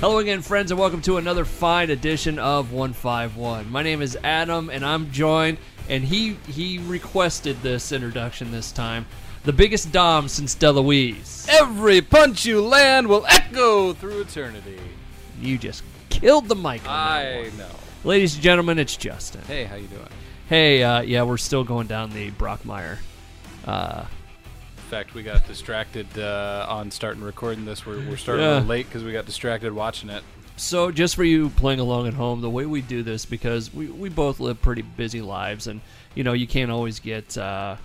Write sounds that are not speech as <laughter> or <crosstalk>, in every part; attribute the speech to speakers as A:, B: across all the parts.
A: Hello again, friends, and welcome to another fine edition of 151. My name is Adam, and I'm joined, and he he requested this introduction this time. The biggest Dom since Deloise.
B: Every punch you land will echo through eternity.
A: You just killed the mic. On that
B: I
A: one.
B: know.
A: Ladies and gentlemen, it's Justin.
B: Hey, how you doing?
A: Hey, uh, yeah, we're still going down the Brockmire. Uh,
B: In fact, we got distracted uh, on starting recording this. We're, we're starting
A: Yeah.
B: a little late because we got distracted watching it.
A: So, just for you playing along at home, the way we do this because we, we both live pretty busy lives, and you know you can't always get uh,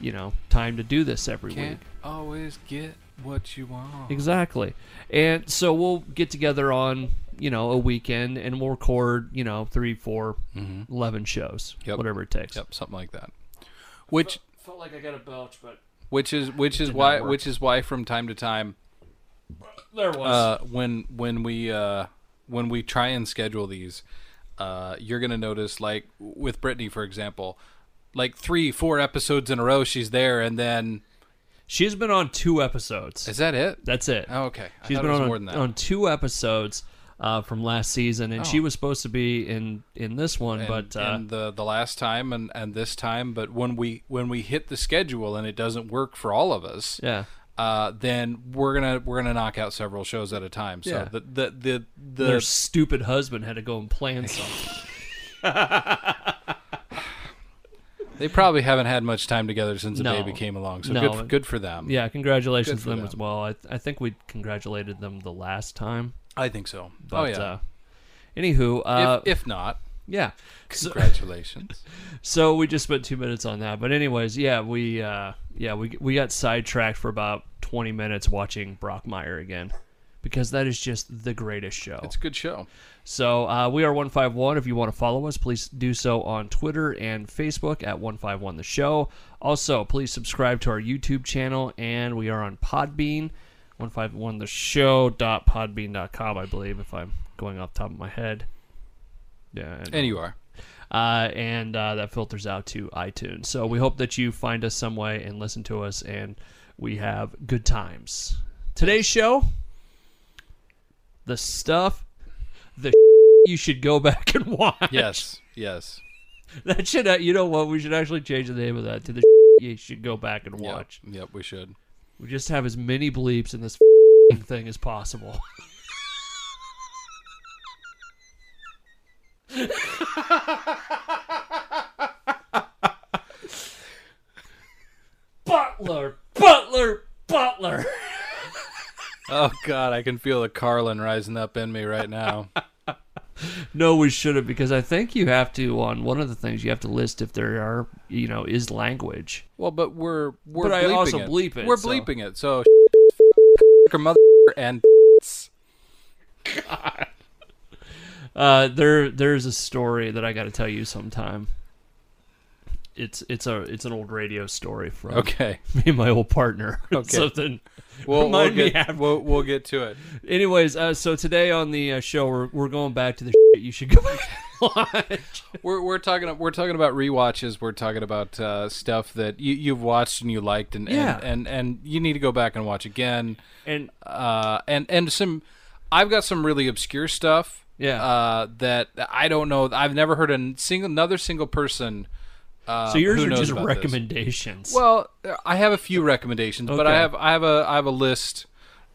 A: you know time to do this every week.
B: Can't always get what you want.
A: Exactly, and so we'll get together on you know a weekend and we'll record you know three, four, eleven shows,
B: Mm-hmm. Yep.
A: whatever it takes.
B: Yep, something like that. Which
A: Felt like I got a belch, but
B: which is which is
A: Did not
B: why
A: work.
B: which is why from time to time
A: there was.
B: uh, when when we uh, when we try and schedule these, uh, you're gonna notice like with Brittany, for example, like three four episodes in a row she's there, and then
A: She's been on two episodes.
B: is that it?
A: That's it.
B: Oh, okay. I
A: She's
B: thought
A: been
B: it was
A: on,
B: more than that.
A: on two episodes uh, from last season, and she was supposed to be in in this one,
B: Oh. and,
A: but uh,
B: and the the last time and and this time but when we when we hit the schedule and it doesn't work for all of us
A: yeah,
B: uh then we're gonna we're gonna knock out several shows at a time so
A: Yeah.
B: the the the, the
A: their stupid husband had to go and
B: <laughs>
A: plan something.
B: they probably haven't had much time together since the
A: No.
B: baby came along so
A: No.
B: good for, good for them
A: yeah, congratulations to
B: Good for
A: them,
B: them.
A: as well. I I think we congratulated them the last time,
B: i think so
A: but
B: oh yeah
A: uh, anywho, uh,
B: if, if not
A: yeah. So,
B: congratulations
A: so we just spent two minutes on that, but anyways, yeah, we uh, yeah we we got sidetracked for about twenty minutes watching Brockmire again. Because that is just the greatest show.
B: <laughs> it's a good show
A: So uh, we are 151. If you want to follow us, please do so on Twitter and Facebook at 151 The Show. Also, please subscribe to our YouTube channel, and we are on Podbean, 151theshow.podbean.com, I believe, if I'm going off the top of my head. Yeah. I know.
B: and you are
A: Uh, and uh, that filters out to iTunes. So we hope that you find us some way and listen to us, and we have good times. Today's show, the stuff, the <laughs> you should go back and watch.
B: yes yes
A: <laughs> that should. Uh, you know what? We should actually change the name of that to the <laughs> you should go back and
B: Yep.
A: watch.
B: yep, we should
A: We just have as many bleeps in this thing as possible. <laughs> Butler, Butler, Butler.
B: oh god i can feel the carlin rising up in me right
A: <laughs>
B: now
A: No, we shouldn't because I think you have to on one of the things you have to list if there are you know is language.
B: Well, but we're we're
A: But I
B: bleeping
A: also
B: it.
A: bleep it,
B: We're
A: so-
B: bleeping it. So <laughs> her mother and <laughs>
A: Uh, there there's a story that I got to tell you sometime. It's it's a it's an old radio story from
B: okay.
A: me and my old partner. <laughs>
B: Okay.
A: Something.
B: We'll we'll
A: Remind me
B: get
A: after.
B: we'll, we'll get to it.
A: Anyways, uh, so today on the uh, show we're we're going back to the <laughs> shit you should go back and watch.
B: We're we're talking we're talking about rewatches. We're talking about uh, stuff that you you've watched and you liked and,
A: Yeah.
B: and, and and you need to go back and watch again.
A: And
B: Uh, and and some I've got some really obscure stuff.
A: Yeah.
B: Uh, that I don't know. I've never heard a single another single person. Uh,
A: so yours
B: who
A: are
B: knows
A: just
B: about this.
A: recommendations.
B: Well, I have a few recommendations, but I
A: Okay.
B: have I have a I have a list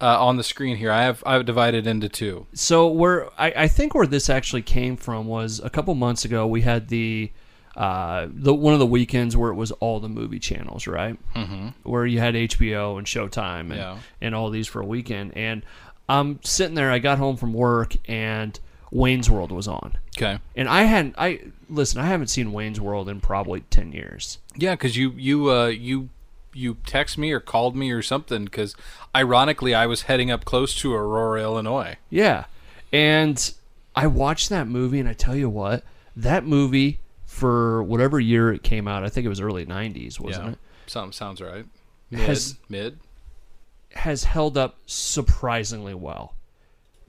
B: uh, on the screen here. I have I have divided into two.
A: so where I, I think where this actually came from was a couple months ago we had the uh, the one of the weekends where it was all the movie channels, right? Mm-hmm. Where you had HBO and Showtime and,
B: Yeah.
A: and all these for a weekend. And I'm sitting there. I got home from work and Wayne's World was on,
B: Okay.
A: and I hadn't. I listen. I haven't seen Wayne's World in probably ten years.
B: Yeah, because you you uh, you you text me or called me or something. Because ironically, I was heading up close to Aurora, Illinois.
A: Yeah. And I watched that movie, and I tell you what, that movie, for whatever year it came out, I think it was early 90s, wasn't
B: Yeah,
A: it?
B: something sounds right. Mid
A: Has-
B: mid.
A: Has held up surprisingly well.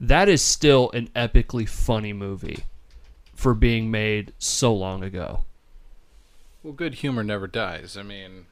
A: That is still an epically funny movie for being made so long ago.
B: Well, good humor never dies. I mean,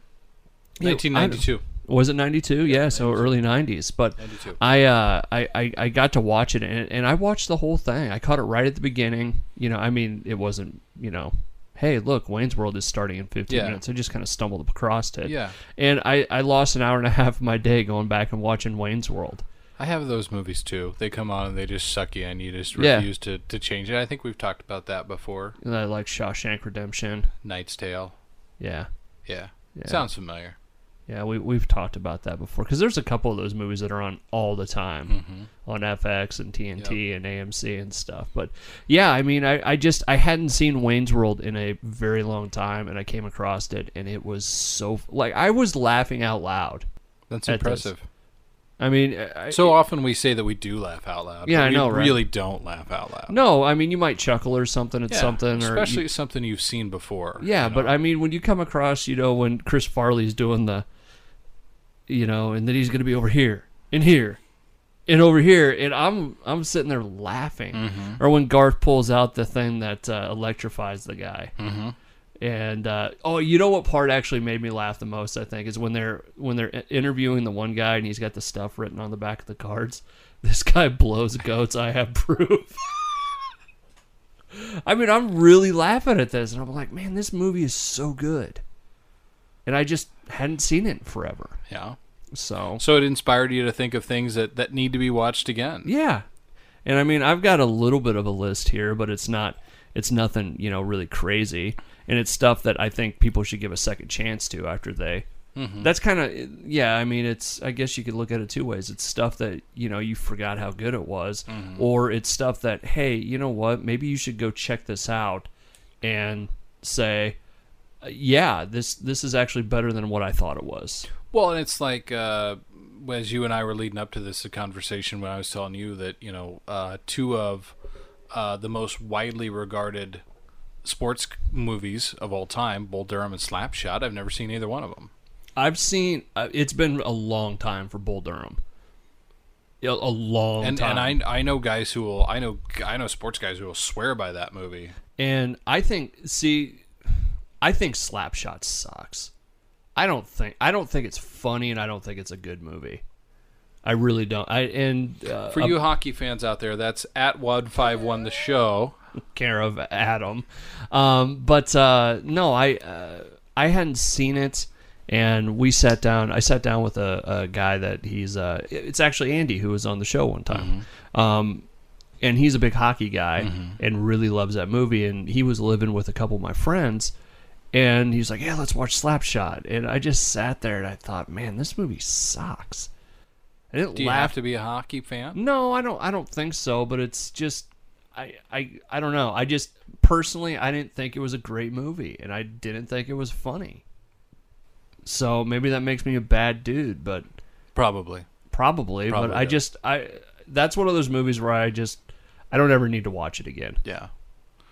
A: Yeah, I-
B: 1992.
A: Was it '92? Yeah, so early '90s. But
B: 92.
A: I, uh, I, I I got to watch it, and, and I watched the whole thing. I caught it right at the beginning. You know, I mean, it wasn't. You know, hey, look, Wayne's World is starting in 15
B: Yeah.
A: minutes. I just kind of stumbled across it.
B: Yeah.
A: And I, I lost an hour and a half of my day going back and watching Wayne's World.
B: I have those movies too. They come on and they just suck you in. You just
A: Yeah.
B: refuse to, to change it. I think we've talked about that before.
A: And I like Shawshank Redemption.
B: Knight's Tale.
A: Yeah.
B: Yeah.
A: Yeah.
B: Sounds familiar.
A: Yeah, we we've talked about that before because there's a couple of those movies that are on all the time
B: Mm-hmm.
A: on FX and TNT and AMC and stuff. But yeah, I mean, I, I just I hadn't seen Wayne's World in a very long time, and I came across it, and it was so like I was laughing out loud.
B: That's
A: That does.
B: impressive.
A: I mean, I,
B: So often we say that we do laugh out loud.
A: Yeah,
B: but
A: I
B: we
A: know, right?
B: really don't laugh out loud.
A: no, I mean you might chuckle or something at
B: Yeah,
A: something, or
B: especially something you've seen before.
A: Yeah,
B: you know?
A: but I mean, when you come across, you know, when Chris Farley's doing the, you know, and then he's gonna be over here and here, and over here, and I'm I'm sitting there laughing.
B: Mm-hmm.
A: Or when Garth pulls out the thing that uh, electrifies the guy, mm-hmm. and uh, oh, you know what part actually made me laugh the most? I think is when they're when they're i- interviewing the one guy and he's got the stuff written on the back of the cards. <laughs> This guy blows goats. I have proof. I mean, I'm really laughing at this, and I'm like, man, this movie is so good, and I just hadn't seen it in forever.
B: yeah.
A: So
B: So it inspired you to think of things that, that need to be watched again.
A: yeah, and I mean, I've got a little bit of a list here, but it's not, it's nothing, you know, really crazy, and it's stuff that I think people should give a second chance to after they. That's kind of yeah. I mean, it's I guess you could look at it two ways. It's stuff that you know you forgot how good it was, or it's stuff that hey, you know what? Maybe you should go check this out, and say, uh, yeah, this this is actually better than what I thought it was.
B: Well, and it's like uh, as you and I were leading up to this conversation when I was telling you that you know uh, two of uh, the most widely regarded sports c- movies of all time, Bull Durham and Slapshot. I've never seen either one of them.
A: I've seen. Uh, it's been a long time for Bull Durham. A, a long
B: And
A: time.
B: and I I know guys who will I know I know sports guys who will swear by that movie.
A: And I think. See, I think Slapshot sucks. I don't think. I don't think it's funny, and I don't think it's a good movie. I really don't. I and uh,
B: For you hockey fans out there, that's at one five one the show.
A: care of Adam. Um, but uh, no, I uh, I hadn't seen it, and we sat down. I sat down with a, a guy that he's. Uh, it's actually Andy who was on the show one time.
B: Mm-hmm.
A: Um, and he's a big hockey guy and really loves that movie. And he was living with a couple of my friends, and he's like, "Yeah, let's watch Slapshot." And I just sat there and I thought, "Man, this movie sucks." I didn't
B: Do you
A: laugh
B: have to be a hockey fan?
A: no, I don't. I don't think so. But it's just, I, I, I don't know. I just personally, I didn't think it was a great movie, and I didn't think it was funny. So maybe that makes me a bad dude, but
B: Probably.
A: probably.
B: Probably
A: but I
B: does.
A: just, I, that's one of those movies where I just, I don't ever need to watch it again.
B: Yeah.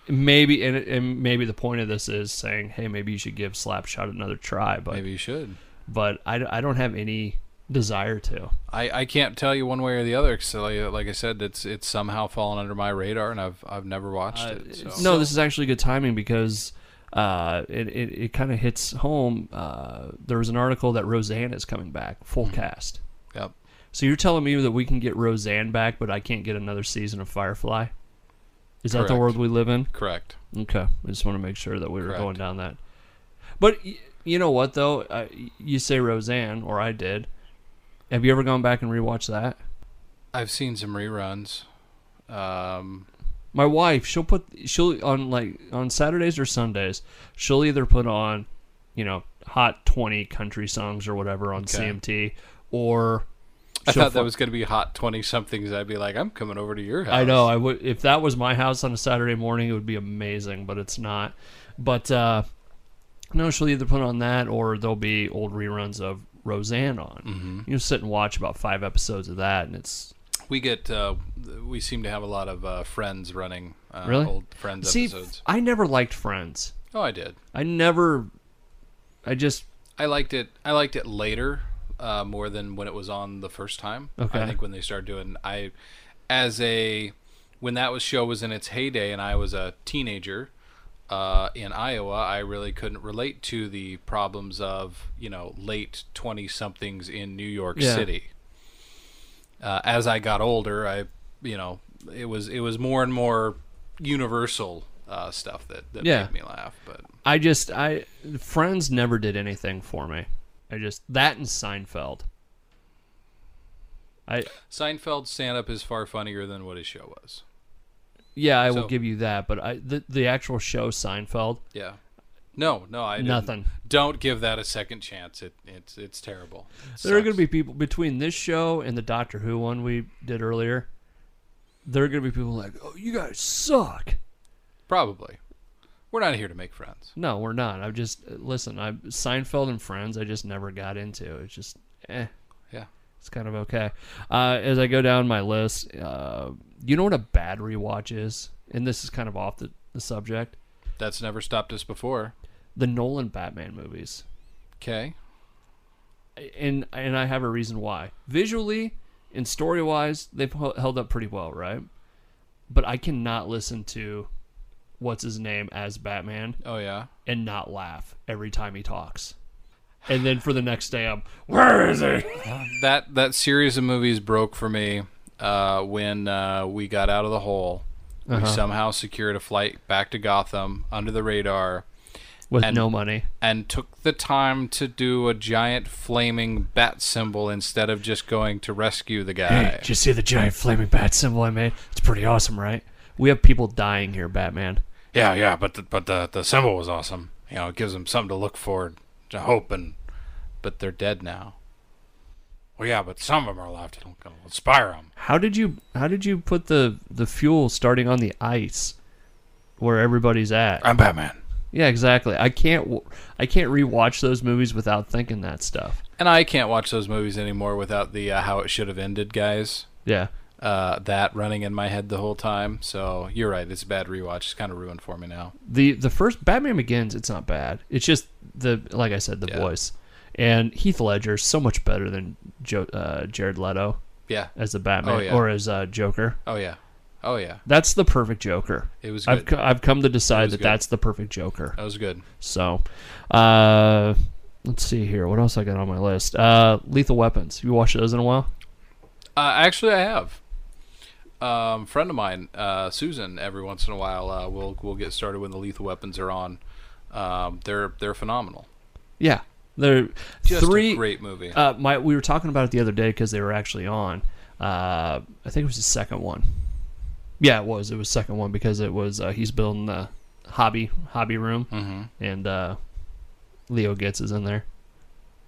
A: Maybe, and, and maybe the point of this is saying, hey, maybe you should give Slapshot another try. But,
B: Maybe you should.
A: but I, I don't have any desire to.
B: I, I can't tell you one way or the other because like, like I said, it's it's somehow fallen under my radar and I've I've never watched it. So.
A: Uh, No, this is actually good timing because uh, it it, it kind of hits home. Uh, there was an article that Roseanne is coming back full cast.
B: Mm-hmm. Yep.
A: So you're telling me that we can get Roseanne back, but I can't get another season of Firefly? Is that the
B: Correct.
A: world we live in?
B: Correct.
A: Okay, I just want to make sure that we were
B: Correct.
A: going down that. But y- you know what though? Uh, y- you say Roseanne, or I did. Have you ever gone back and rewatched that?
B: I've seen some reruns. Um,
A: My wife, she'll put she'll on like on Saturdays or Sundays, she'll either put on, you know, hot twenty country songs or whatever on
B: Okay.
A: CMT, or
B: I
A: she'll
B: thought that
A: fi-
B: was going to be hot twenty somethings. I'd be like, I'm coming over to your house.
A: I know I would if that was my house on a Saturday morning, it would be amazing, but it's not. But uh, no, she'll either put on that or there'll be old reruns of Roseanne on.
B: Mm-hmm.
A: You sit and watch about five episodes of that, and it's
B: We get uh, we seem to have a lot of uh, friends running. Uh,
A: Really?
B: Old friends
A: see,
B: episodes.
A: I never liked Friends.
B: Oh, I did.
A: I never, I just
B: I liked it. I liked it later uh, more than when it was on the first time.
A: Okay.
B: I think when they started doing I as a when that was show was in its heyday and I was a teenager, uh, in Iowa, I really couldn't relate to the problems of you know late twenty somethings in New York
A: Yeah.
B: City. Uh, as I got older, I you know it was it was more and more universal uh, stuff that that
A: Yeah.
B: made me laugh. But
A: I just I Friends never did anything for me. I just that and Seinfeld. I
B: Seinfeld's stand up is far funnier than what his show was.
A: yeah, I
B: So-
A: will give you that, but I the, the actual show Seinfeld,
B: Yeah. No, no, I didn't.
A: nothing.
B: Don't give that a second chance. It it's it's terrible. It
A: There are going
B: sucks.
A: to be people between this show and the Doctor Who one we did earlier. There are going to be people like, "Oh, you guys suck."
B: probably. We're not here to make friends.
A: No, we're not. I've just uh, listen. I Seinfeld and Friends. I just never got into. It's just eh.
B: Yeah.
A: It's kind of okay. Uh, as I go down my list, uh, you know what a bad rewatch is, and this is kind of off the, the subject.
B: That's never stopped us before.
A: The Nolan Batman movies,
B: Okay.
A: and and I have a reason why. Visually and story wise, they've hel- held up pretty well, right? But I cannot listen to what's his name as Batman
B: Oh yeah.
A: and not laugh every time he talks. And then for the next day, I'm where is he?
B: That that series of movies broke for me uh, when uh, we got out of the hole.
A: Uh-huh.
B: We somehow secured a flight back to Gotham under the radar
A: With
B: And-
A: no money.
B: and took the time to do a giant flaming bat symbol instead of just going to rescue the
A: Hey,
B: guy.
A: did you see the giant flaming bat symbol I made? It's pretty awesome, right? We have people dying here, Batman.
B: Yeah, yeah, but the, but the the symbol was awesome. You know, it gives them something to look for, to hope, and but they're dead now. Well, yeah, but some of them are left. It'll, it'll inspire them.
A: How did you how did you put the the fuel starting on the ice where everybody's at?
B: I'm Batman,
A: Yeah, exactly. I can't w- I can't rewatch those movies without thinking that stuff.
B: and I can't watch those movies anymore without the uh, how it should have ended, guys.
A: Yeah.
B: Uh, that running in my head the whole time. So you're right. It's a bad rewatch. It's kind of ruined for me now.
A: the the first Batman Begins, it's not bad. It's just the like I said, the
B: Yeah.
A: voice and Heath Ledger is so much better than jo- uh, Jared Leto
B: Yeah.
A: as the Batman
B: Oh, yeah.
A: or as uh, Joker.
B: Oh yeah. Oh yeah.
A: That's the perfect Joker.
B: It was
A: I've
B: good.
A: co- I've come to decide
B: was
A: that
B: good.
A: that's the perfect Joker.
B: That was good.
A: So, uh, let's see here. What else I got on my list? Uh, Lethal Weapons. You watched those in a while?
B: Uh, actually, I have. Um, friend of mine, uh, Susan, every once in a while, uh, we'll we'll get started when the lethal weapons are on. Um, they're they're phenomenal.
A: Yeah, they're
B: Just
A: three
B: a great movie.
A: Uh, my we were talking about it the other day because they were actually on. Uh, I think it was the second one. Yeah, it was. It was second one because it was uh, he's building the hobby hobby room
B: mm-hmm.
A: and uh, Leo gets is in there.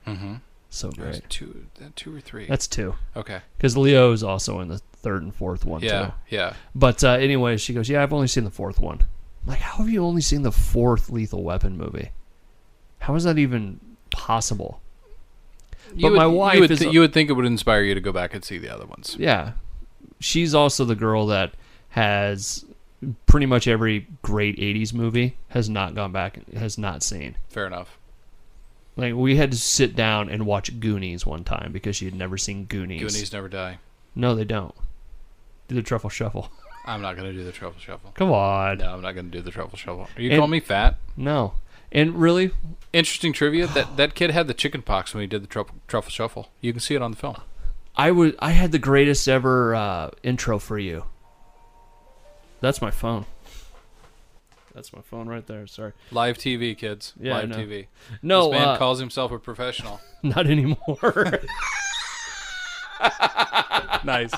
B: Mm-hmm.
A: So great.
B: Two uh, two or three.
A: That's two
B: okay.
A: because Leo is also in the third and fourth one
B: Yeah.
A: too.
B: Yeah.
A: But uh, anyway, she goes, "Yeah, I've only seen the fourth one." I'm like, how have you only seen the fourth Lethal Weapon movie? How is that even possible?
B: You
A: my
B: would-
A: wife
B: you would,
A: is-
B: thi- you would think it would inspire you to go back and see the other ones.
A: Yeah. She's also the girl that has pretty much every great 80s movie has not gone back has not seen.
B: Fair enough.
A: Like we had to sit down and watch Goonies one time because she had never seen Goonies.
B: Goonies never die.
A: No, they don't. Do the truffle shuffle. <laughs>
B: I'm not gonna do the truffle shovel.
A: Come on.
B: No, I'm not gonna do the truffle shovel. Are you
A: And-
B: calling me fat?
A: No. And really,
B: Interesting trivia. That that kid had the chicken pox when he did the truffle truffle shuffle. You can see it on the film.
A: I was I had the greatest ever uh, intro for you. That's my phone. That's my phone right there. Sorry.
B: Live TV, kids.
A: Yeah, I
B: Live
A: know.
B: TV.
A: No,
B: this man
A: uh,
B: calls himself
A: <laughs>
B: a professional.
A: not anymore.
B: nice.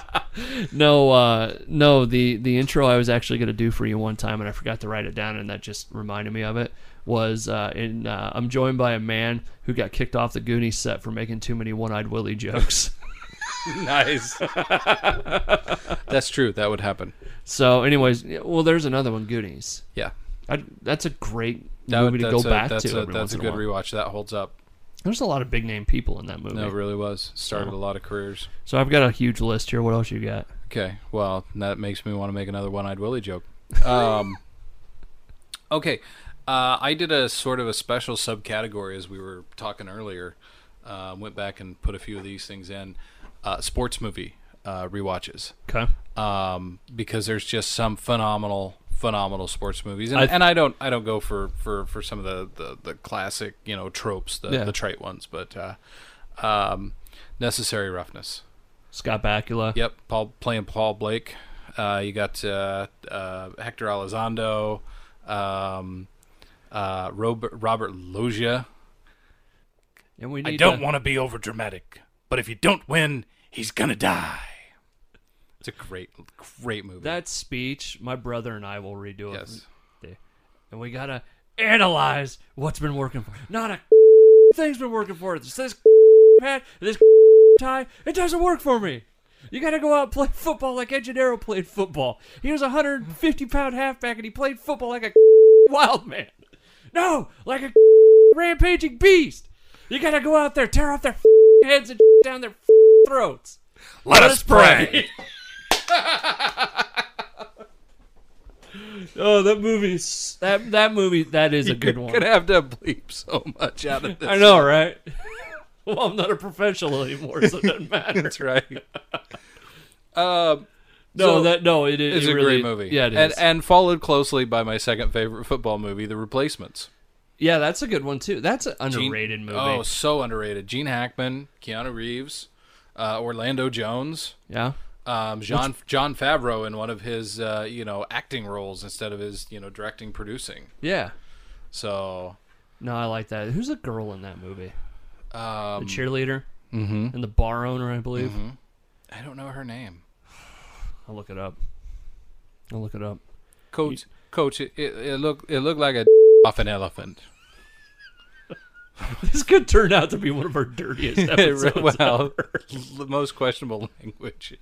A: No, uh, no. The the intro I was actually gonna do for you one time, and I forgot to write it down, and that just reminded me of it. Was uh, in uh, I'm joined by a man who got kicked off the Goonies set for making too many one-eyed Willy jokes. <laughs>
B: nice. <laughs> That's true. That would happen.
A: so, anyways, yeah, well, there's another one, Goonies.
B: Yeah.
A: I, that's a great
B: That
A: movie
B: would-
A: to
B: that's
A: go
B: a,
A: back
B: that's
A: to.
B: A,
A: every
B: that's
A: once
B: a
A: in
B: good
A: a while.
B: rewatch. That holds up.
A: There's a lot of big name people in that movie.
B: No, it really was. Started
A: So-
B: a lot of careers.
A: so I've got a huge list here. What else you got?
B: Okay. Well, that makes me want to make another one-eyed
A: <laughs>
B: Willy joke. Um, okay. Uh, I did a sort of a special subcategory as we were talking earlier. Uh, went back and put a few of these things in. Uh, sports movie uh, rewatches.
A: Okay.
B: um, because there's just some phenomenal, phenomenal sports movies, and
A: I
B: I,
A: th-
B: and I don't I don't go for, for, for some of the, the, the classic you know tropes, the,
A: Yeah.
B: the trite ones, but uh, um, necessary roughness.
A: Scott Bakula.
B: Yep, Paul playing Paul Blake. Uh, you got uh, uh, Hector Elizondo, um, uh, Robert Robert Loggia.
A: And we need
B: I don't
A: to-
B: want to be over dramatic, but if you don't win, he's gonna die. It's a great, great movie.
A: that speech. My brother and I will redo it.
B: yes,
A: They- And we gotta analyze what's been working for. Not a <laughs> thing's been working for us. This <laughs> hat, this <laughs> tie, it doesn't work for me. You gotta go out and play <laughs> football like Engineero played football. He was a 150 pound halfback and he played football like a <laughs> wild man. No, like a <laughs> rampaging beast. You gotta go out there, tear off their <laughs> heads and down their <laughs> throats.
B: let,
A: us pray. <laughs> Oh, that movie's that that movie that is a
B: <laughs>
A: good
B: <laughs> You're
A: one.
B: gonna have to bleep so much
A: <laughs>
B: out of this.
A: I know, right? well, I'm not a professional anymore, so it
B: <laughs>
A: doesn't matter.
B: That's right. Um,
A: No,
B: So,
A: that no, it is
B: it's
A: it
B: a
A: really-
B: great movie.
A: Yeah, it is.
B: and, and followed closely by my second favorite football movie, The Replacements.
A: yeah, that's a good one too. That's an
B: Gene-
A: underrated movie.
B: Oh, so underrated. Gene Hackman, Keanu Reeves, uh, Orlando Jones,
A: Yeah,
B: um, John John Favreau in one of his uh, you know acting roles instead of his you know directing producing.
A: yeah.
B: So
A: No, I like that. Who's the girl in that movie? The
B: um, mm-hmm.
A: cheerleader and the bar owner, I believe.
B: I don't know her name. Mm-hmm.
A: I'll look it up. I'll look it up. <laughs>
B: Coach, coach, it, it, it looked it looked like a <laughs> off an elephant.
A: This could turn out to be one of our
B: <laughs>
A: dirtiest episodes.
B: well, the most questionable <laughs> language.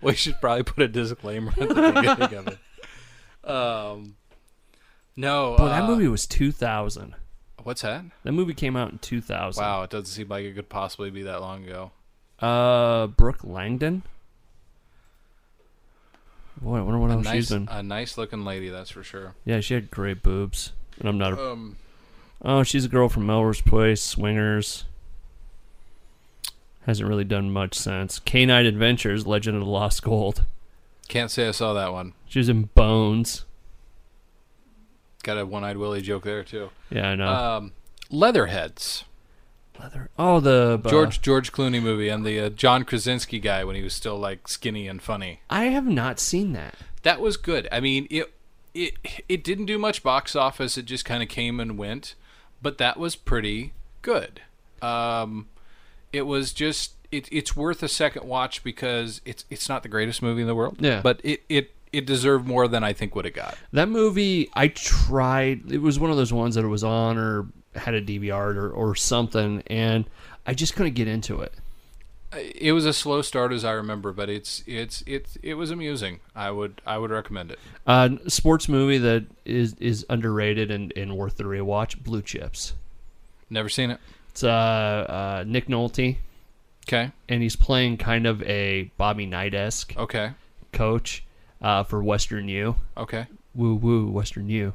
B: We should probably put a disclaimer at the beginning of it. Um, no,
A: Boy, that
B: uh,
A: movie was 2000.
B: What's that?
A: That movie came out in 2000.
B: Wow, it doesn't seem like it could possibly be that long ago.
A: Uh, Brooke Langdon. Boy, I wonder what
B: A
A: else Oh, she's
B: nice, uh,
A: been.
B: a nice looking lady, that's for sure.
A: Yeah, she had great boobs, and I'm not. A,
B: Um,
A: oh, she's a girl from Melrose Place, Swingers. Hasn't really done much since. Canine Adventures, Legend of the Lost Gold.
B: can't say I saw that one.
A: She was in Bones.
B: Got a one-eyed Willy joke there too.
A: Yeah, I know.
B: Um, Leatherheads,
A: Leather. Oh, the uh,
B: George George Clooney movie, and the uh, John Krasinski guy when he was still like skinny and funny.
A: I have not seen that.
B: That was good. I mean, it it it didn't do much box office. It just kind of came and went, but that was pretty good. Um, it was just it, it's worth a second watch because it's it's not the greatest movie in the world.
A: Yeah.
B: but it it it deserved more than I think would have got.
A: That movie, I tried. It was one of those ones that it was on or had a DVR or, or something, and I just couldn't get into it.
B: It was a slow start as I remember, but it's it's it's it was amusing. I would I would recommend it.
A: Uh, sports movie that is is underrated and, and worth the rewatch. Blue Chips.
B: Never seen it.
A: It's uh, uh, Nick Nolte,
B: Okay,
A: and he's playing kind of a Bobby Knight esque
B: okay,
A: coach uh, for Western U.
B: okay.
A: Woo woo, Western U.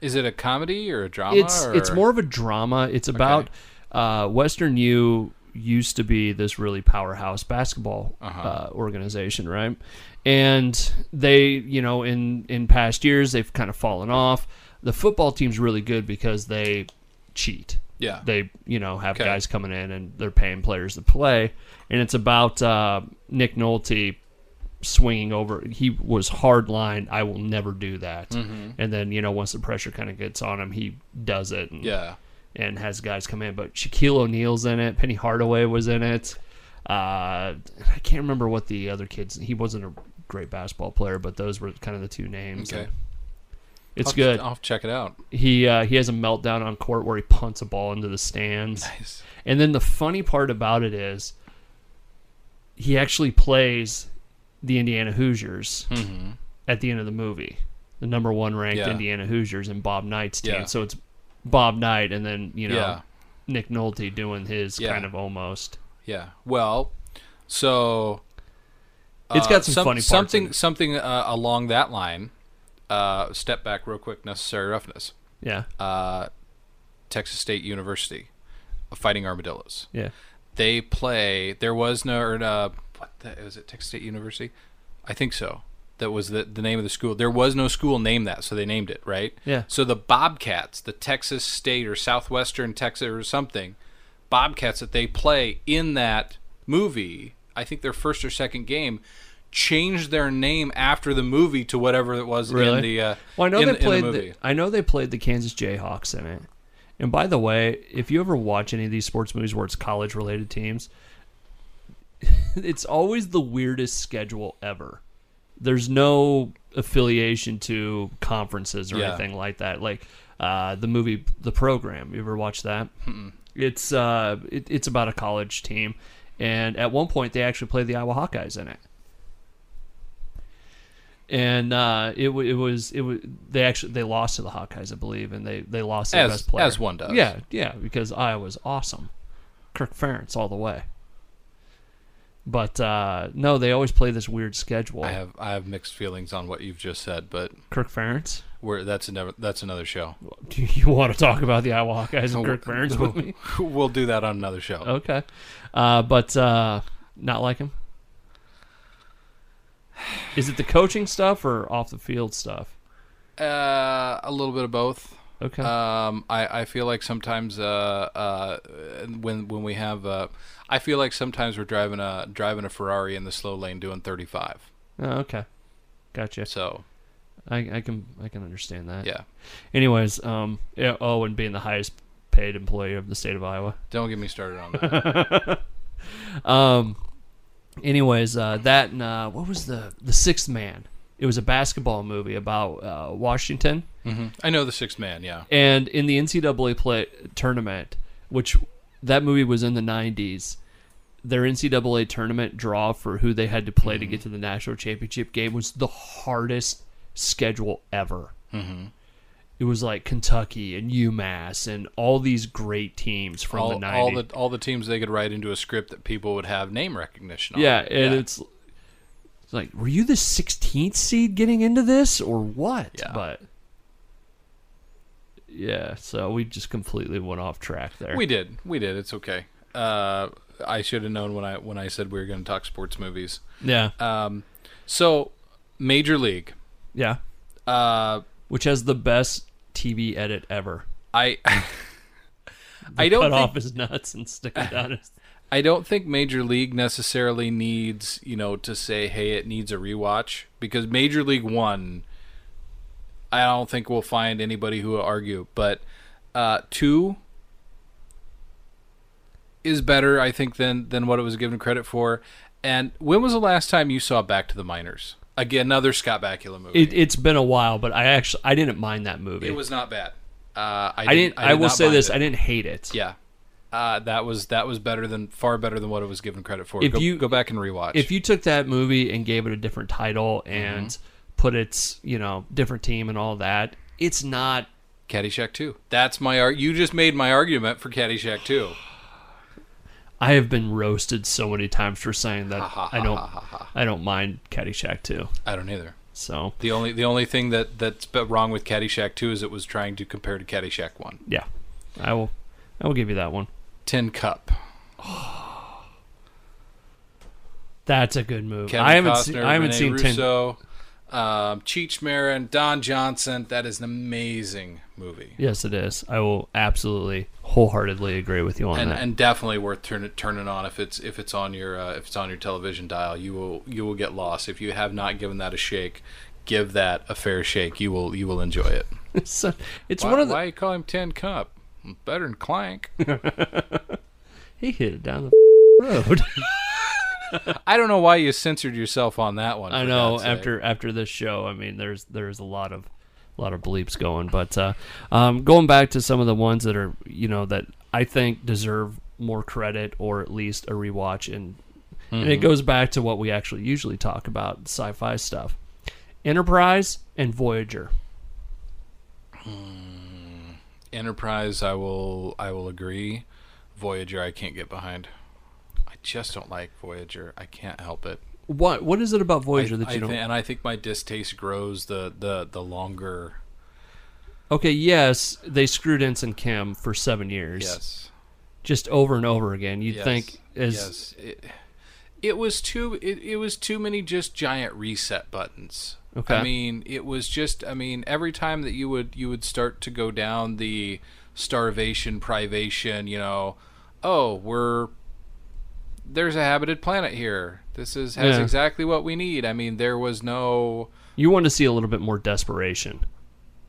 B: Is it a comedy or a drama?
A: It's
B: or?
A: it's more of a drama. It's about uh, Western U used to be this really powerhouse basketball
B: Uh-huh.
A: uh, organization, right? And they, you know, in in past years they've kind of fallen off. The football team's really good because they cheat
B: yeah.
A: they you know have
B: Okay.
A: guys coming in and they're paying players to play and it's about uh, nick nolte swinging over he was hard line i will never do that
B: Mm-hmm.
A: and then you know once the pressure kind of gets on him he does it and,
B: yeah.
A: and has guys come in but shaquille o'neal's in it penny hardaway was in it uh, i can't remember what the other kids he wasn't a great basketball player but those were kind of the two names
B: Okay.
A: And it's
B: I'll-
A: good
B: I'll check it out.
A: he uh, he has a meltdown on court where he punts a ball into the stands
B: Nice.
A: And then the funny part about it is he actually plays the Indiana Hoosiers
B: Mm-hmm.
A: at the end of the movie. The number one ranked
B: Yeah.
A: Indiana Hoosiers and Bob Knight's team.
B: Yeah.
A: So it's Bob Knight and then, you know,
B: Yeah.
A: Nick Nolte doing his
B: Yeah.
A: kind of almost.
B: Yeah. Well, so
A: It's
B: uh,
A: got some, funny parts. in
B: something
A: it.
B: something uh, along that line. Uh, step back real quick. Necessary roughness.
A: Yeah.
B: Uh, Texas State University, uh, fighting armadillos.
A: yeah.
B: They play. There was no. Or, uh, what the, was it? Texas State University. I think so. that was the, the name of the school. There was no school named that, so they named it, right?
A: Yeah.
B: So the Bobcats, the Texas State or Southwestern Texas or something, Bobcats that they play in that movie, I think their first or second game, changed their name after the movie to whatever it was
A: Really?
B: in the uh,
A: Well, I know
B: in,
A: they
B: in
A: played.
B: the
A: The
B: movie.
A: I know they played the Kansas Jayhawks in it. And by the way, if you ever watch any of these sports movies where it's college-related teams, <laughs> it's always the weirdest schedule ever. There's no affiliation to conferences or
B: Yeah.
A: anything like that. Like uh, the movie, the program. You ever watch that? It's uh, it, it's about a college team, and at one point they actually played the Iowa Hawkeyes in it and uh, it, wa- it was it was they actually they lost to the Hawkeyes, I believe, and they they lost their
B: As-
A: best player
B: as one does.
A: Yeah, yeah, because Iowa's awesome, Kirk Ferentz all the way. But uh, no, they always play this weird schedule.
B: I have I have mixed feelings on what you've just said, but
A: Kirk Ferentz.
B: we're, that's another that's another show.
A: Do you want to talk about the Iowa Hawkeyes and Kirk Ferentz with me?
B: <laughs> we'll do that on another show.
A: Okay, uh, but uh, not like him. Is it the coaching stuff or off the field stuff? oh.
B: Uh, a little bit of both.
A: Okay.
B: Um, I, I feel like sometimes uh, uh, when when we have uh, I feel like sometimes we're driving a driving a Ferrari in the slow lane doing 35.
A: oh, okay. Gotcha.
B: So
A: I, I can I can understand that.
B: yeah,
A: Anyways, um, yeah, oh, and being the highest paid employee of the state of Iowa.
B: don't get me started on that.
A: <laughs> Um, anyways, uh, that and uh, what was the the Sixth Man? It was a basketball movie about uh, Washington,
B: hmm I know the sixth man. Yeah,
A: and in the NCAA play tournament, which that movie was in the '90s. Their NCAA tournament draw for who they had to play
B: Mm-hmm.
A: to get to the national championship game was the hardest schedule ever.
B: Mm-hmm.
A: it was like Kentucky and UMass and all these great teams from
B: all,
A: the 90s.
B: all the all the teams they could write into a script that people would have name recognition. on.
A: yeah, and it's it's like, were you the 16th seed getting into this or what?
B: Yeah.
A: But yeah, so we just completely went off track there.
B: We did. We did. It's okay. Uh, I should have known when I when I said we were going to talk sports movies.
A: yeah,
B: Um, so Major League.
A: yeah,
B: Uh,
A: which has the best TV edit ever.
B: I <laughs> I don't
A: Cut
B: think,
A: off his nuts and stick it
B: <laughs>
A: down his.
B: I don't think Major League necessarily needs you know to say hey it needs a rewatch because Major League One. I don't think we'll find anybody who will argue, but uh, two is better, I think, than than what it was given credit for. And when was the last time you saw Back to the Minors? Again, another Scott Bakula movie.
A: It, it's been a while, but I actually I didn't mind that movie.
B: It was not bad. Uh, I,
A: I didn't. I,
B: did
A: will
B: not
A: say
B: mind
A: this:
B: it.
A: I didn't hate it.
B: Yeah. Uh, that was that was better than far better than what it was given credit for.
A: If
B: go,
A: you-
B: go back and rewatch.
A: if you took that movie and gave it a different title
B: Mm-hmm.
A: and put its you know different team and all that it's not
B: Caddyshack two. That's my ar- you just made my argument for Caddyshack two.
A: i have been roasted so many times for saying that i don't i don't mind caddyshack too
B: I don't either.
A: so
B: The only the only thing that that's been wrong with Caddyshack two is it was trying to compare to Caddyshack one.
A: yeah i will i will give you that one
B: Tin Cup.
A: that's a good movie
B: Kevin
A: i haven't
B: Costner,
A: seen i haven't
B: Rene
A: seen Tin-
B: Russo, um, Cheech Marin, Don Johnson. That is an amazing movie,
A: yes it is i will absolutely wholeheartedly agree with you on
B: and
A: that
B: and definitely worth turn, turning on if it's if it's on your uh, if it's on your television dial. You will you will get lost if you have not given that a shake. Give that a fair shake. You will you will enjoy it.
A: <laughs> so, it's
B: Why,
A: one of the
B: why you call him Tin Cup? Better than Clank.
A: he hit it down the <laughs>
B: <laughs>
A: road
B: <laughs> I don't know why you censored yourself on that one.
A: I
B: for
A: know
B: God's sake.
A: after after this show, I mean, there's there's a lot of a lot of bleeps going, but uh, um, going back to some of the ones that are you know that I think deserve more credit or at least a rewatch, and and
B: Mm-hmm.
A: it goes back to what we actually usually talk about sci-fi stuff, Enterprise and Voyager.
B: Enterprise, I will I will agree. Voyager, I can't get behind. I just don't like Voyager. I can't help it.
A: What what is it about Voyager
B: I-
A: that
B: I
A: you don't?
B: thi- and I think my distaste grows the the the longer.
A: Okay, yes, they screwed Ensign Kim for seven years,
B: Yes.
A: just over and over again. You'd
B: yes
A: think as
B: yes. It, it was too it, it was too many just giant reset buttons.
A: Okay.
B: I mean, it was just I mean, every time that you would you would start to go down the starvation privation, you know, oh, we're there's a habited planet here. This is has
A: Yeah.
B: exactly what we need. I mean, there was no
A: You want to see a little bit more desperation.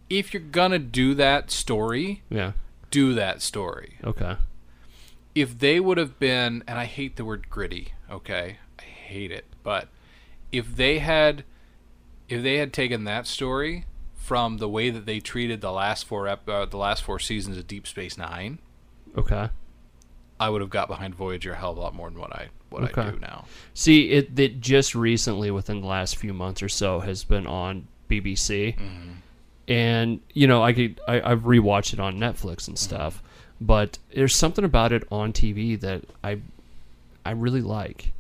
B: if you're going to do that story,
A: Yeah.
B: do that story.
A: Okay.
B: if they would have been and I hate the word gritty, okay? I hate it, but if they had if they had taken that story from the way that they treated the last four ep- uh, the last four seasons of Deep Space 9,
A: Okay.
B: I would have got behind Voyager a hell of a lot more than what I what I
A: Okay.
B: do now.
A: See, it that just recently, within the last few months or so, has been on BBC,
B: Mm-hmm.
A: and you know, I could I, I've rewatched it on Netflix and
B: Mm-hmm.
A: stuff, but there's something about it on TV that I I really like.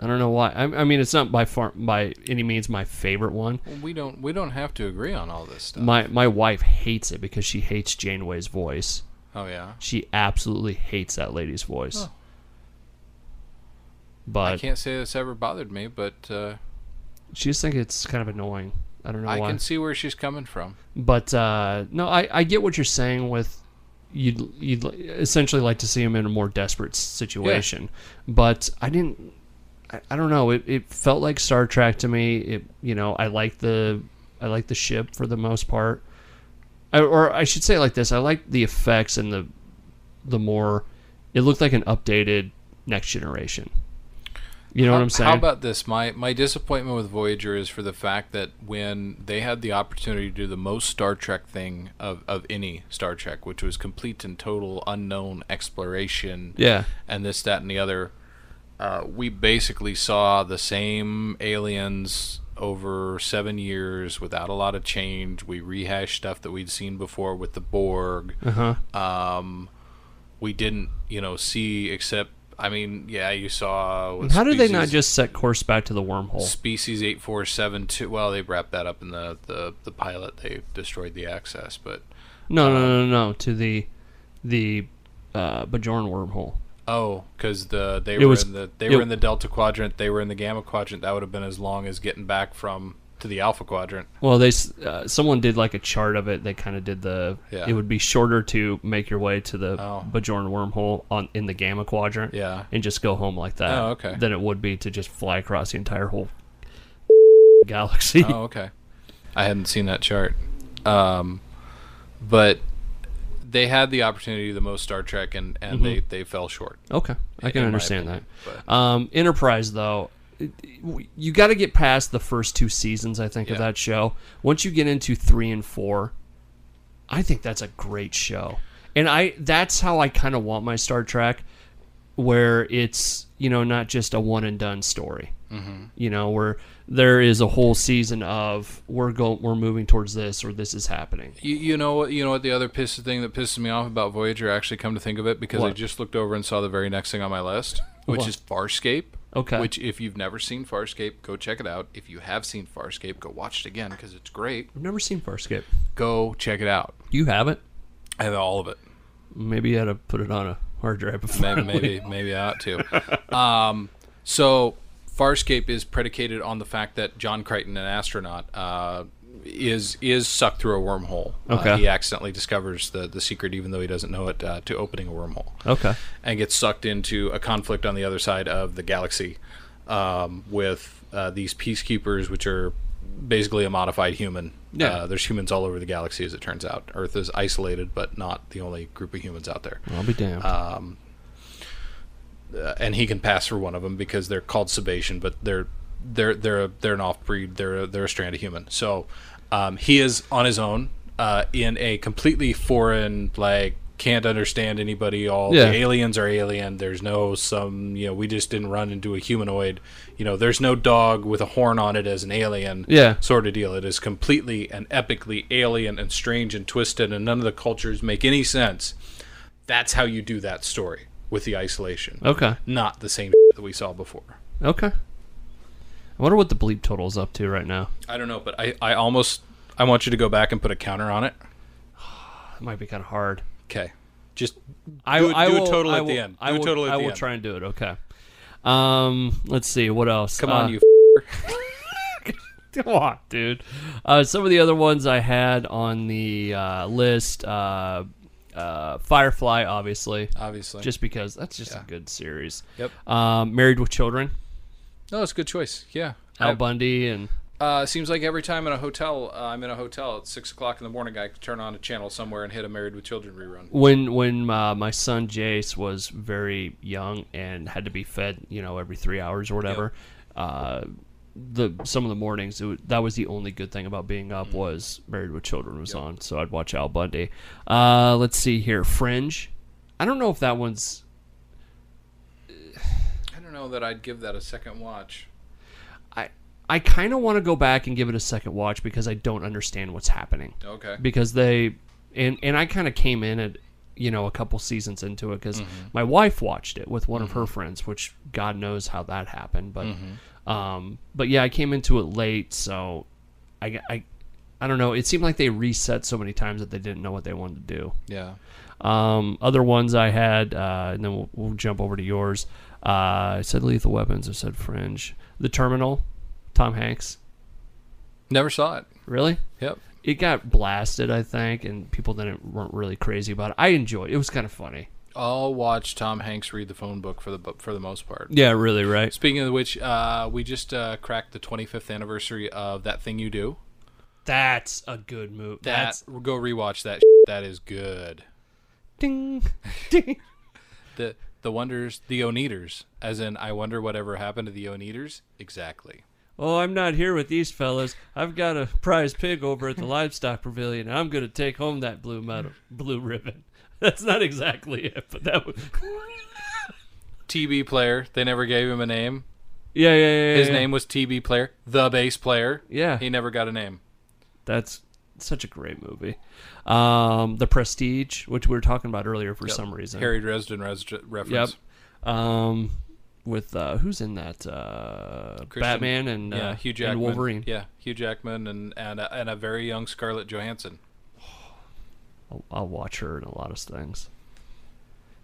A: I don't know why. I, I mean, it's not by far by any means my favorite one.
B: Well, we don't we don't have to agree on all this stuff.
A: My my wife hates it because she hates Janeway's voice.
B: oh yeah.
A: She absolutely hates that lady's voice.
B: Oh. I
A: But
B: can't say this ever bothered me, but uh,
A: she just thinks it's kind of annoying. I don't know
B: I
A: why.
B: can see where she's coming from.
A: But uh, no, I, I get what you're saying with you'd you'd li- essentially like to see him in a more desperate s- situation. But I didn't. I, I don't know. It, it felt like Star Trek to me. It you know I like the I like the ship for the most part. I, or I should say it like this. I like the effects and the the more. It looked like an updated Next Generation. You know what I'm saying?
B: How about this? My my disappointment with Voyager is for the fact that when they had the opportunity to do the most Star Trek thing of, of any Star Trek, which was complete and total unknown exploration
A: yeah.
B: and this, that, and the other, uh, we basically saw the same aliens over seven years without a lot of change. We rehashed stuff that we'd seen before with the Borg
A: Uh huh.
B: um, we didn't, you know, see except. I mean, yeah, you saw. what
A: How did they not
B: species-
A: just set course back to the wormhole?
B: species eight four seven two? Well, they wrapped that up in the the, the pilot. They destroyed the access, but
A: No,
B: Uh,
A: no, no, no, no. To the the uh, Bajoran wormhole.
B: oh, because the they
A: It
B: were
A: was-
B: in the they
A: it-
B: were in the delta quadrant. They were in the gamma quadrant. That would have been as long as getting back from to the alpha quadrant.
A: Well, they s- uh, someone did like a chart of it. They kind of did the.
B: Yeah.
A: It would be shorter to make your way to the
B: Oh.
A: Bajoran wormhole on in the Gamma quadrant.
B: Yeah.
A: And just go home like that.
B: Oh, okay.
A: Than it would be to just fly across the entire
B: <laughs>
A: whole galaxy. <laughs>
B: oh, okay. I hadn't seen that chart. Um, but they had the opportunity to the most Star Trek, and, and
A: Mm-hmm.
B: they, they fell short.
A: Okay, I
B: in
A: can
B: my
A: understand
B: opinion,
A: that. Um, Enterprise, though, it- it- you got to get past the first two seasons, I think, of
B: Yeah.
A: that show. Once you get into three and four, I think that's a great show, and I that's how I kind of want my Star Trek, where it's you know not just a one and done story. Mm-hmm. You know, where there is a whole season of we're go we're moving towards this or this is happening.
B: You, you know what? You know what? The other piss thing that pisses me off about Voyager, actually, come to think of it, because I
A: What?
B: just looked over and saw the very next thing on my list, which
A: What?
B: is Farscape.
A: Okay.
B: Which, if you've never seen Farscape, go check it out. If you have seen Farscape, go watch it again because it's great.
A: I've never seen Farscape.
B: Go check it out.
A: You haven't?
B: I have all of it.
A: Maybe you had to put it on a hard drive before.
B: Maybe, maybe, maybe I ought to. Um, so Farscape is predicated on the fact that John Crichton, an astronaut, uh, is is sucked through a wormhole. Uh,
A: Okay.
B: he accidentally discovers the the secret, even though he doesn't know it, uh, to opening a wormhole.
A: Okay.
B: and gets sucked into a conflict on the other side of the galaxy um, with uh, these peacekeepers, which are basically a modified human.
A: Yeah.
B: Uh, there's humans all over the galaxy, as it turns out. Earth is isolated, but not the only group of humans out there.
A: I'll be damned.
B: Uh, and he can pass for one of them because they're called Sebation, but they're they're they're a, they're an off-breed. They're a, they're a strand of human. So um, he is on his own uh, in a completely foreign like. Can't understand anybody. All
A: Yeah.
B: the aliens are alien. There's no some. You know, we just didn't run into a humanoid. You know, there's no dog with a horn on it as an alien.
A: Yeah.
B: sort of deal. It is completely and epically alien and strange and twisted, and none of the cultures make any sense. That's how you do that story with the isolation
A: okay.
B: not the same <laughs> that we saw before.
A: Okay. I wonder what the bleep total is up to right now.
B: I don't know, but I, I almost I want you to go back and put a counter on it.
A: That might be kind of hard.
B: Okay. Just
A: I,
B: Do a-
A: I
B: do a
A: will,
B: total
A: I
B: at the
A: will-
B: end.
A: I
B: Do a
A: will,
B: total at
A: I
B: the
A: will
B: end.
A: try and do it. Okay. Um, let's see what else.
B: Come
A: Uh,
B: on, you.
A: <laughs>
B: <laughs>
A: Come on, dude. Uh, some of the other ones I had on the uh, list uh, uh, Firefly, obviously,
B: Obviously.
A: just because that's just
B: Uh, Yeah.
A: a good series.
B: Yep.
A: Um, Married with Children,
B: No, it's a good choice. Yeah.
A: Al Bundy, and
B: Uh, seems like every time in a hotel, uh, I'm in a hotel at six o'clock in the morning. I could turn on a channel somewhere and hit a Married with Children rerun.
A: when when uh, my son Jace was very young and had to be fed, you know, every three hours or whatever. Uh, the some of the mornings it, wa- that was the only good thing about being up was Married with Children was on, so I'd watch Al Bundy. Uh, let's see here, Fringe. I don't know if that one's.
B: I don't know that I'd give that a second watch.
A: I I kind of want to go back and give it a second watch because I don't understand what's happening.
B: Okay.
A: because they and and I kind of came in at you know a couple seasons into it because my wife watched it with one of her friends, which God knows how that happened, but um, but yeah, I came into it late, so I I. I don't know. It seemed like they reset so many times that they didn't know what they wanted to do.
B: Yeah.
A: Um, other ones I had, uh, and then we'll, we'll jump over to yours. Uh, I said Lethal Weapons. I said Fringe. The Terminal. Tom Hanks.
B: Never saw it.
A: Really?
B: Yep.
A: it got blasted, I think, and people didn't weren't really crazy about it. I enjoyed it. It was kind of funny.
B: I'll watch Tom Hanks read the phone book for the bu- for the most part.
A: Yeah, really, right?
B: Speaking of which, uh, we just uh, cracked the 25th anniversary of That Thing You Do.
A: That's a good move.
B: That
A: That's
B: go rewatch that. That is good.
A: ding, <laughs> ding.
B: The the wonders, the Oneaters, as in I wonder whatever happened to the Oneaters. Exactly.
A: Oh, I'm not here with these fellas. I've got a prize pig over at the livestock pavilion. And I'm gonna take home that blue medal, blue ribbon. <laughs> That's not exactly it, but that was. <laughs>
B: TB player. They never gave him a name.
A: Yeah, yeah, yeah. yeah,
B: His
A: yeah.
B: name was TB player, the bass player.
A: Yeah.
B: He never got a name.
A: That's such a great movie. Um, the Prestige, which we were talking about earlier for some reason.
B: Harry Dresden res-
A: Yep.
B: reference.
A: Um, with uh, who's in that? Uh,
B: Christian-
A: Batman and
B: Yeah,
A: uh,
B: Hugh
A: and
B: Jackman.
A: Wolverine.
B: Yeah, Hugh Jackman and and a, and a very young Scarlett Johansson.
A: I'll, I'll watch her in a lot of things.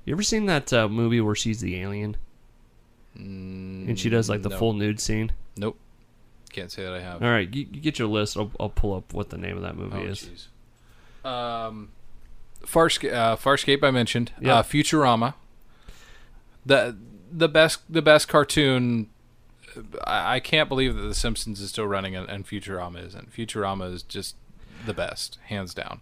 A: You ever seen that uh, movie where she's the alien and she does like the
B: no.
A: full nude scene?
B: Nope. Can't say that I have.
A: All right, you, you get your list. I'll, I'll pull up what the name of that movie
B: Oh,
A: is.
B: jeez. Um, Farsca- uh, Farscape I mentioned.
A: Yeah.
B: Uh, Futurama. The the best the best cartoon. I, I can't believe that The Simpsons is still running and, and Futurama isn't. Futurama is just the best, hands down.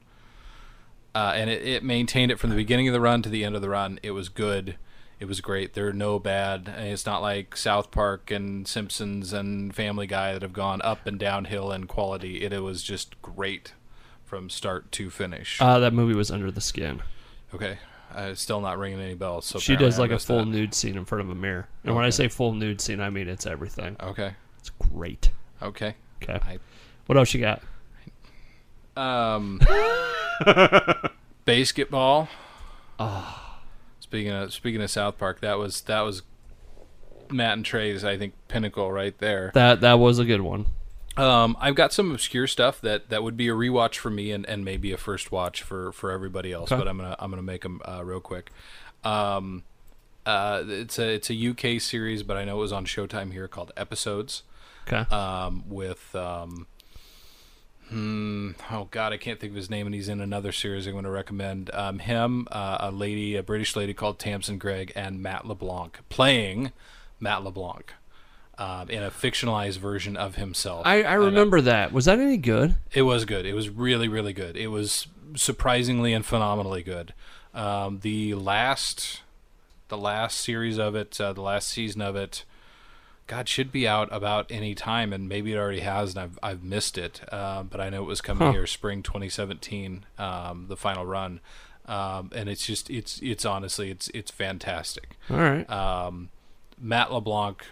B: Uh, and it, it maintained it from the beginning of the run to the end of the run. It was good. It was great. There are no bad. and It's not like South Park and Simpsons and Family Guy that have gone up and downhill in quality. It, it was just great from start to finish.
A: Uh, that movie was Under the Skin.
B: okay, uh, it's still not ringing any bells. So
A: She
B: apparently
A: does
B: I
A: like a
B: missed
A: full
B: that.
A: nude scene in front of a mirror. And when I say full nude scene, I mean it's everything.
B: Okay,
A: It's great.
B: okay.
A: Okay.
B: I-
A: what else you got?
B: Um, basketball.
A: Ah.
B: Speaking of speaking of South Park, that was that was Matt and Trey's I think pinnacle right there.
A: That that was a good one.
B: Um, I've got some obscure stuff that, that would be a rewatch for me and, and maybe a first watch for, for everybody else.
A: Okay.
B: But I'm gonna I'm gonna make them uh, real quick. Um, uh, it's a it's a UK series, but I know it was on Showtime here called Episodes.
A: Okay.
B: Um, with um, hmm, oh god, I can't think of his name, and he's in another series I'm going to recommend. Um, him, uh, a lady, a British lady called Tamsin Gregg, and Matt LeBlanc playing Matt LeBlanc. Um, in a fictionalized version of himself.
A: I, I remember that. Was that any good?
B: It was good. It was really, really good. It was surprisingly and phenomenally good. Um, the last, the last series of it, uh, the last season of it, God should be out about any time, and maybe it already has, and I've I've missed it. Uh, but I know it was coming
A: Huh.
B: here, spring 2017, um, the final run, um, and it's just it's it's honestly it's it's fantastic.
A: All right.
B: Um, Matt LeBlanc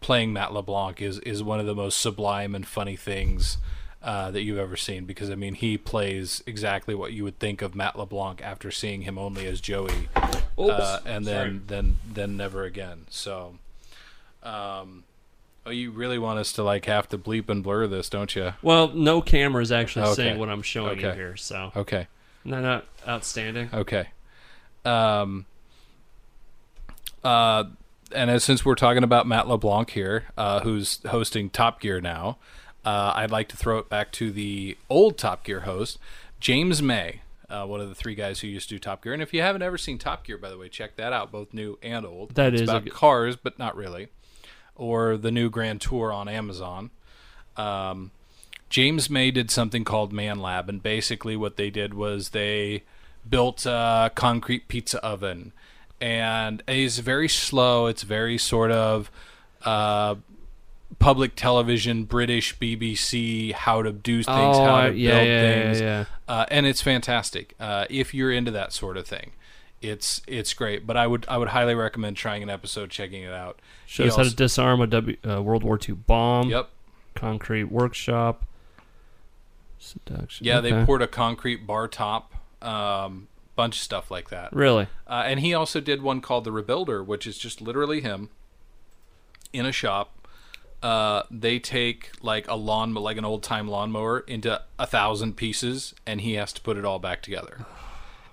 B: playing Matt LeBlanc is is one of the most sublime and funny things uh, that you've ever seen because I mean he plays exactly what you would think of Matt LeBlanc after seeing him only as Joey, uh, and then then then never again. So, um, oh, you really want us to like have to bleep and blur this, don't you?
A: Well, no camera is actually
B: Okay.
A: seeing what I'm showing you
B: Okay.
A: here, so
B: Okay,
A: no, not outstanding.
B: okay. Um, uh, and as, since we're talking about Matt LeBlanc here, uh, who's hosting Top Gear now, uh, I'd like to throw it back to the old Top Gear host, James May, uh, one of the three guys who used to do Top Gear. And if you haven't ever seen Top Gear, by the way, check that out, both new and old.
A: That
B: it's
A: is a
B: about
A: good-
B: cars, but not really, or the new Grand Tour on Amazon. Um, James May did something called Man Lab, and basically what they did was they built a concrete pizza oven, and it's very slow. It's very sort of uh, public television, British BBC, how to do things,
A: Oh,
B: how
A: I-
B: to
A: yeah,
B: build
A: yeah, yeah,
B: things,
A: yeah.
B: Uh, and it's fantastic uh, if you're into that sort of thing. It's it's great, but I would I would highly recommend trying an episode, checking it out. He
A: Shows how to
B: also-
A: disarm a w, uh, World War II bomb.
B: Yep.
A: Concrete workshop. Seduction.
B: Yeah,
A: okay.
B: they poured a concrete bar top, um, bunch of stuff like that.
A: Really?
B: Uh, and he also did one called The Rebuilder, which is just literally him in a shop. Uh, they take like a lawn, like an old time lawnmower, into a thousand pieces, and he has to put it all back together.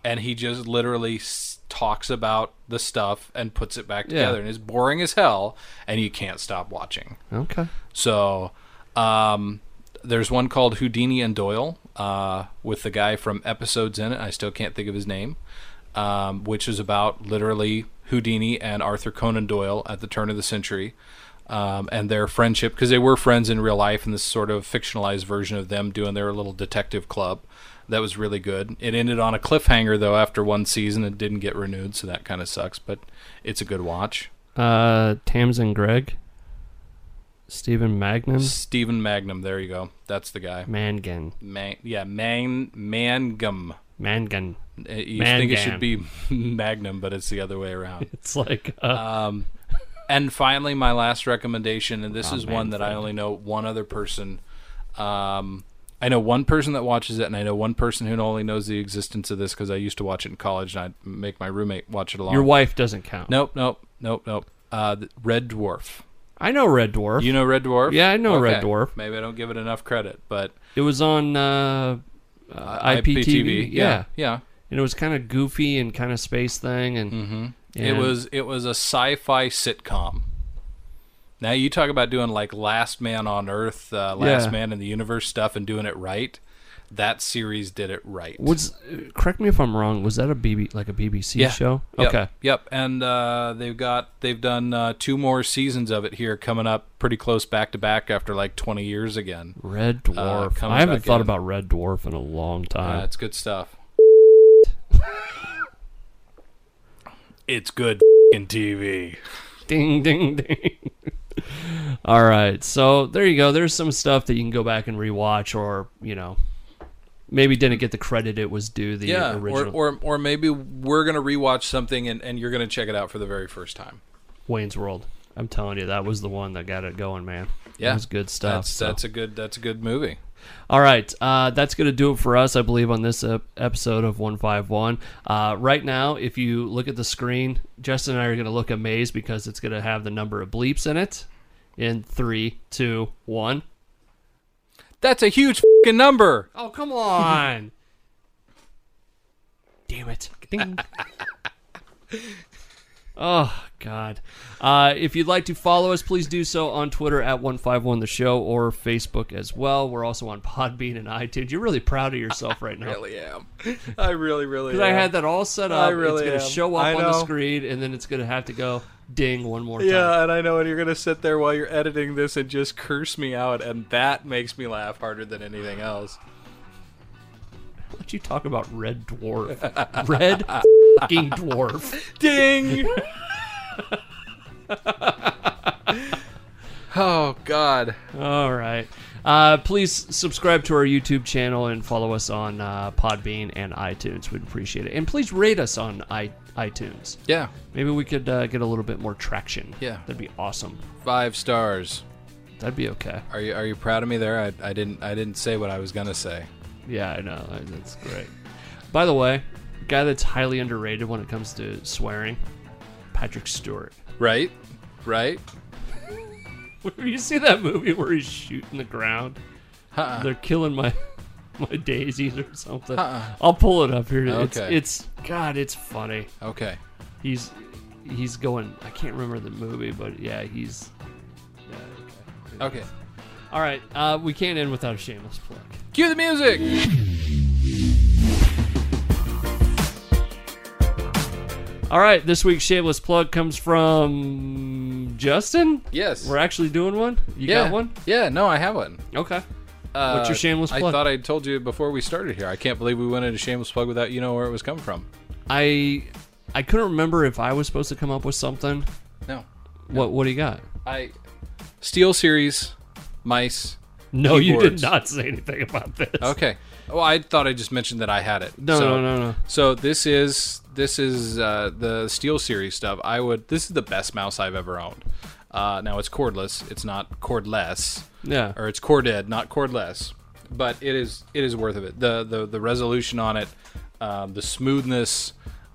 B: And he just literally s- talks about the stuff and puts it back
A: Yeah.
B: together, and it's boring as hell, and you can't stop watching.
A: Okay.
B: So um, there's one called Houdini and Doyle uh, with the guy from episodes in it. I still can't think of his name, um, which is about literally Houdini and Arthur Conan Doyle at the turn of the century. Um, and their friendship, because they were friends in real life, and this sort of fictionalized version of them doing their little detective club. That was really good. It ended on a cliffhanger, though, after one season. It didn't get renewed, so that kind of sucks, but it's a good watch.
A: Uh, Tamsin Gregg. Stephen Magnan.
B: Stephen Magnum, there you go. That's the guy.
A: Mangan.
B: Man, yeah, man, mangum.
A: Mangan.
B: Uh, You think it should
A: Mangam.
B: be <laughs> magnum, but it's the other way around. <laughs>
A: It's like uh,
B: Um, and finally, my last recommendation, and this
A: Rob
B: is one that I
A: Manfred.
B: only know one other person. Um, I know one person that watches it, and I know one person who only knows the existence of this because I used to watch it in college, and I'd make my roommate watch it along.
A: your wife doesn't count.
B: nope, nope, nope, nope. Uh, th- Red Dwarf.
A: I know Red Dwarf.
B: You know Red Dwarf?
A: Yeah, I know Red Dwarf.
B: Maybe I don't give it enough credit, but
A: It was on uh, uh, IPTV.
B: Yeah, yeah.
A: and it was kind of goofy and kind of space thing, and,
B: Mm. Mm-hmm. It
A: and-
B: was it was a sci-fi sitcom. Now you talk about doing like Last Man on Earth, uh, Last
A: Yeah.
B: Man in the Universe stuff, and doing it right. That series did it right.
A: Was uh, correct me if I'm wrong. Was that a BB like a BBC
B: Yeah.
A: show?
B: Yep,
A: Okay,
B: Yep. And uh, they've got they've done uh, two more seasons of it here coming up pretty close back to back after like twenty years again.
A: Red
B: Uh,
A: Dwarf.
B: coming
A: I haven't
B: back
A: thought
B: in.
A: about Red Dwarf in a long
B: Uh,
A: time.
B: it's
A: <laughs>
B: good stuff. it's good in TV.
A: ding ding <laughs> ding. All right, so there you go. There's some stuff that you can go back and rewatch, or you know, maybe didn't get the credit it was due. The
B: yeah,
A: original
B: or, or or maybe we're gonna rewatch something and, and you're gonna check it out for the very first time.
A: Wayne's World. I'm telling you, that was the one that got it going, man.
B: Yeah,
A: that was good stuff.
B: That's
A: so.
B: that's a good that's a good movie.
A: All right, uh, that's going to do it for us, I believe, on this ep- episode of 151. Uh, right now, if you look at the screen, Justin and I are going to look amazed because it's going to have the number of bleeps in it. In three, two, one.
B: That's a huge fing number.
A: Oh, come on! Damn it! Ding. <laughs> oh God! Uh, if you'd like to follow us, please do so on Twitter at one five one the show or Facebook as well. We're also on <laughs> Podbean and iTunes. You're really proud of yourself right now.
B: Really am. I really really.
A: Because I had that all set up.
B: I
A: it's
B: really
A: going to
B: am.
A: show up
B: I
A: on the
B: know.
A: screen, and then it's going to have to go ding one more time.
B: Yeah, and I know, and you're gonna sit there while you're editing this and just curse me out, and that makes me laugh harder than anything else.
A: What you talk about red dwarf? Red
B: <laughs>
A: fucking dwarf. <laughs>
B: Ding. <laughs> oh God.
A: All right. Uh, please subscribe to our YouTube channel and follow us on uh, Podbean and iTunes. We'd appreciate it. And please rate us on I- iTunes.
B: Yeah,
A: Maybe we could uh, get a little bit more traction.
B: Yeah.
A: That'd be awesome.
B: five stars.
A: That'd be okay.
B: Are you are you proud of me there? I, I didn't I didn't say what I was gonna say.
A: Yeah, I know. That's great. By the way, guy that's highly underrated when it comes to swearing, Patrick Stewart. <laughs>
B: Right? Right?
A: You see that movie where he's shooting the ground?
B: Huh.
A: They're killing my <laughs> my daisies or something.
B: Uh-uh.
A: I'll pull it up here. It's,
B: Okay.
A: it's God, it's funny.
B: Okay.
A: He's he's going. I can't remember the movie, but yeah, he's. Yeah, okay.
B: Okay.
A: All right. Uh, we can't end without a shameless plug.
B: Cue the music.
A: All right. This week's shameless plug comes from Justin.
B: Yes.
A: We're actually doing one. You
B: yeah.
A: got one?
B: Yeah. No, I have one.
A: Okay.
B: Uh,
A: What's your shameless
B: I
A: plug?
B: thought I told you before we started here. I can't believe we went into shameless plug without you know where it was coming from.
A: I I couldn't remember if I was supposed to come up with something.
B: No.
A: What What do you got?
B: I Steel Series mice.
A: No, you did
B: Keyboards.
A: not say anything about this.
B: Okay. Well, I thought I just mentioned that I had it.
A: No,
B: So-
A: no, no, no.
B: So this is this is uh, the Steel Series stuff. I would. This is the best mouse I've ever owned. Uh, now it's cordless. It's not cordless,
A: Yeah.
B: or it's corded, not cordless. But it is it is worth of it. The the the resolution on it, um, the smoothness,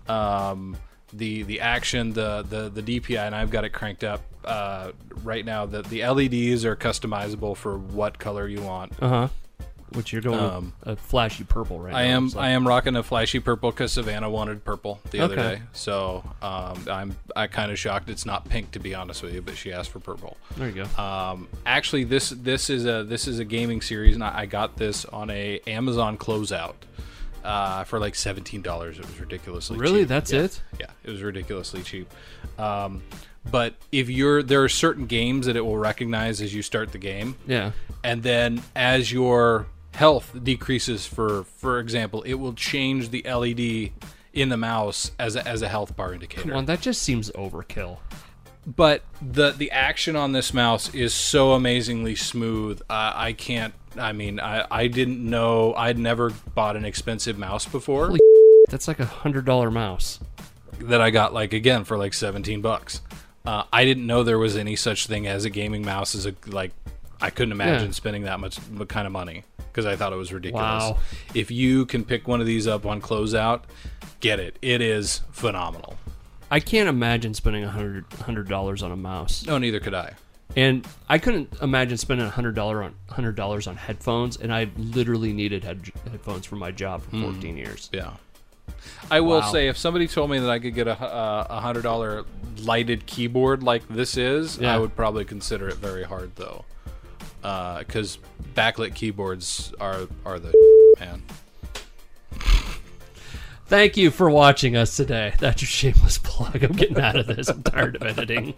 B: um, the the action, the the the DPI, and I've got it cranked up uh, right now. The the LEDs are customizable for what color you want.
A: Uh huh. Which you're going
B: Um,
A: with a flashy purple right
B: I
A: now.
B: am
A: so-
B: I am rocking a flashy purple because Savannah wanted purple the other
A: Okay.
B: day. So um, I'm I kind of shocked it's not pink to be honest with you, but she asked for purple.
A: There you go.
B: Um, actually, this this is a this is a gaming series, and I, I got this on a Amazon closeout uh, for like seventeen dollars. It was ridiculously
A: Really?
B: cheap.
A: That's it?
B: Yeah, it was ridiculously cheap. Um, but if you're there are certain games that it will recognize as you start the game
A: Yeah.
B: and then as your health decreases for for example it will change the led in the mouse as a, as a health bar indicator
A: Well, that just seems overkill.
B: but the the action on this mouse is so amazingly smooth uh, i can't i mean i i didn't know i'd never bought an expensive mouse before
A: Holy That's like a hundred dollar mouse.
B: that I got like again for like 17 bucks. Uh, I didn't know there was any such thing as a gaming mouse as a like I couldn't imagine
A: Yeah.
B: spending that much m- kind of money because I thought it was ridiculous.
A: Wow.
B: If you can pick one of these up on closeout, get it. It is phenomenal.
A: I can't imagine spending a hundred hundred dollars on a mouse,
B: No, neither could I.
A: and I couldn't imagine spending a hundred dollar on hundred dollars on headphones. And I literally needed head, headphones for my job for
B: Hmm.
A: fourteen years.
B: Yeah. I will
A: Wow.
B: say, if somebody told me that I could get a hu- uh, a hundred dollar lighted keyboard like this is,
A: Yeah.
B: I would probably consider it very hard though, because backlit keyboards are are the man.
A: Thank you for watching us today. That's your shameless plug. I'm getting out of this. I'm tired of editing.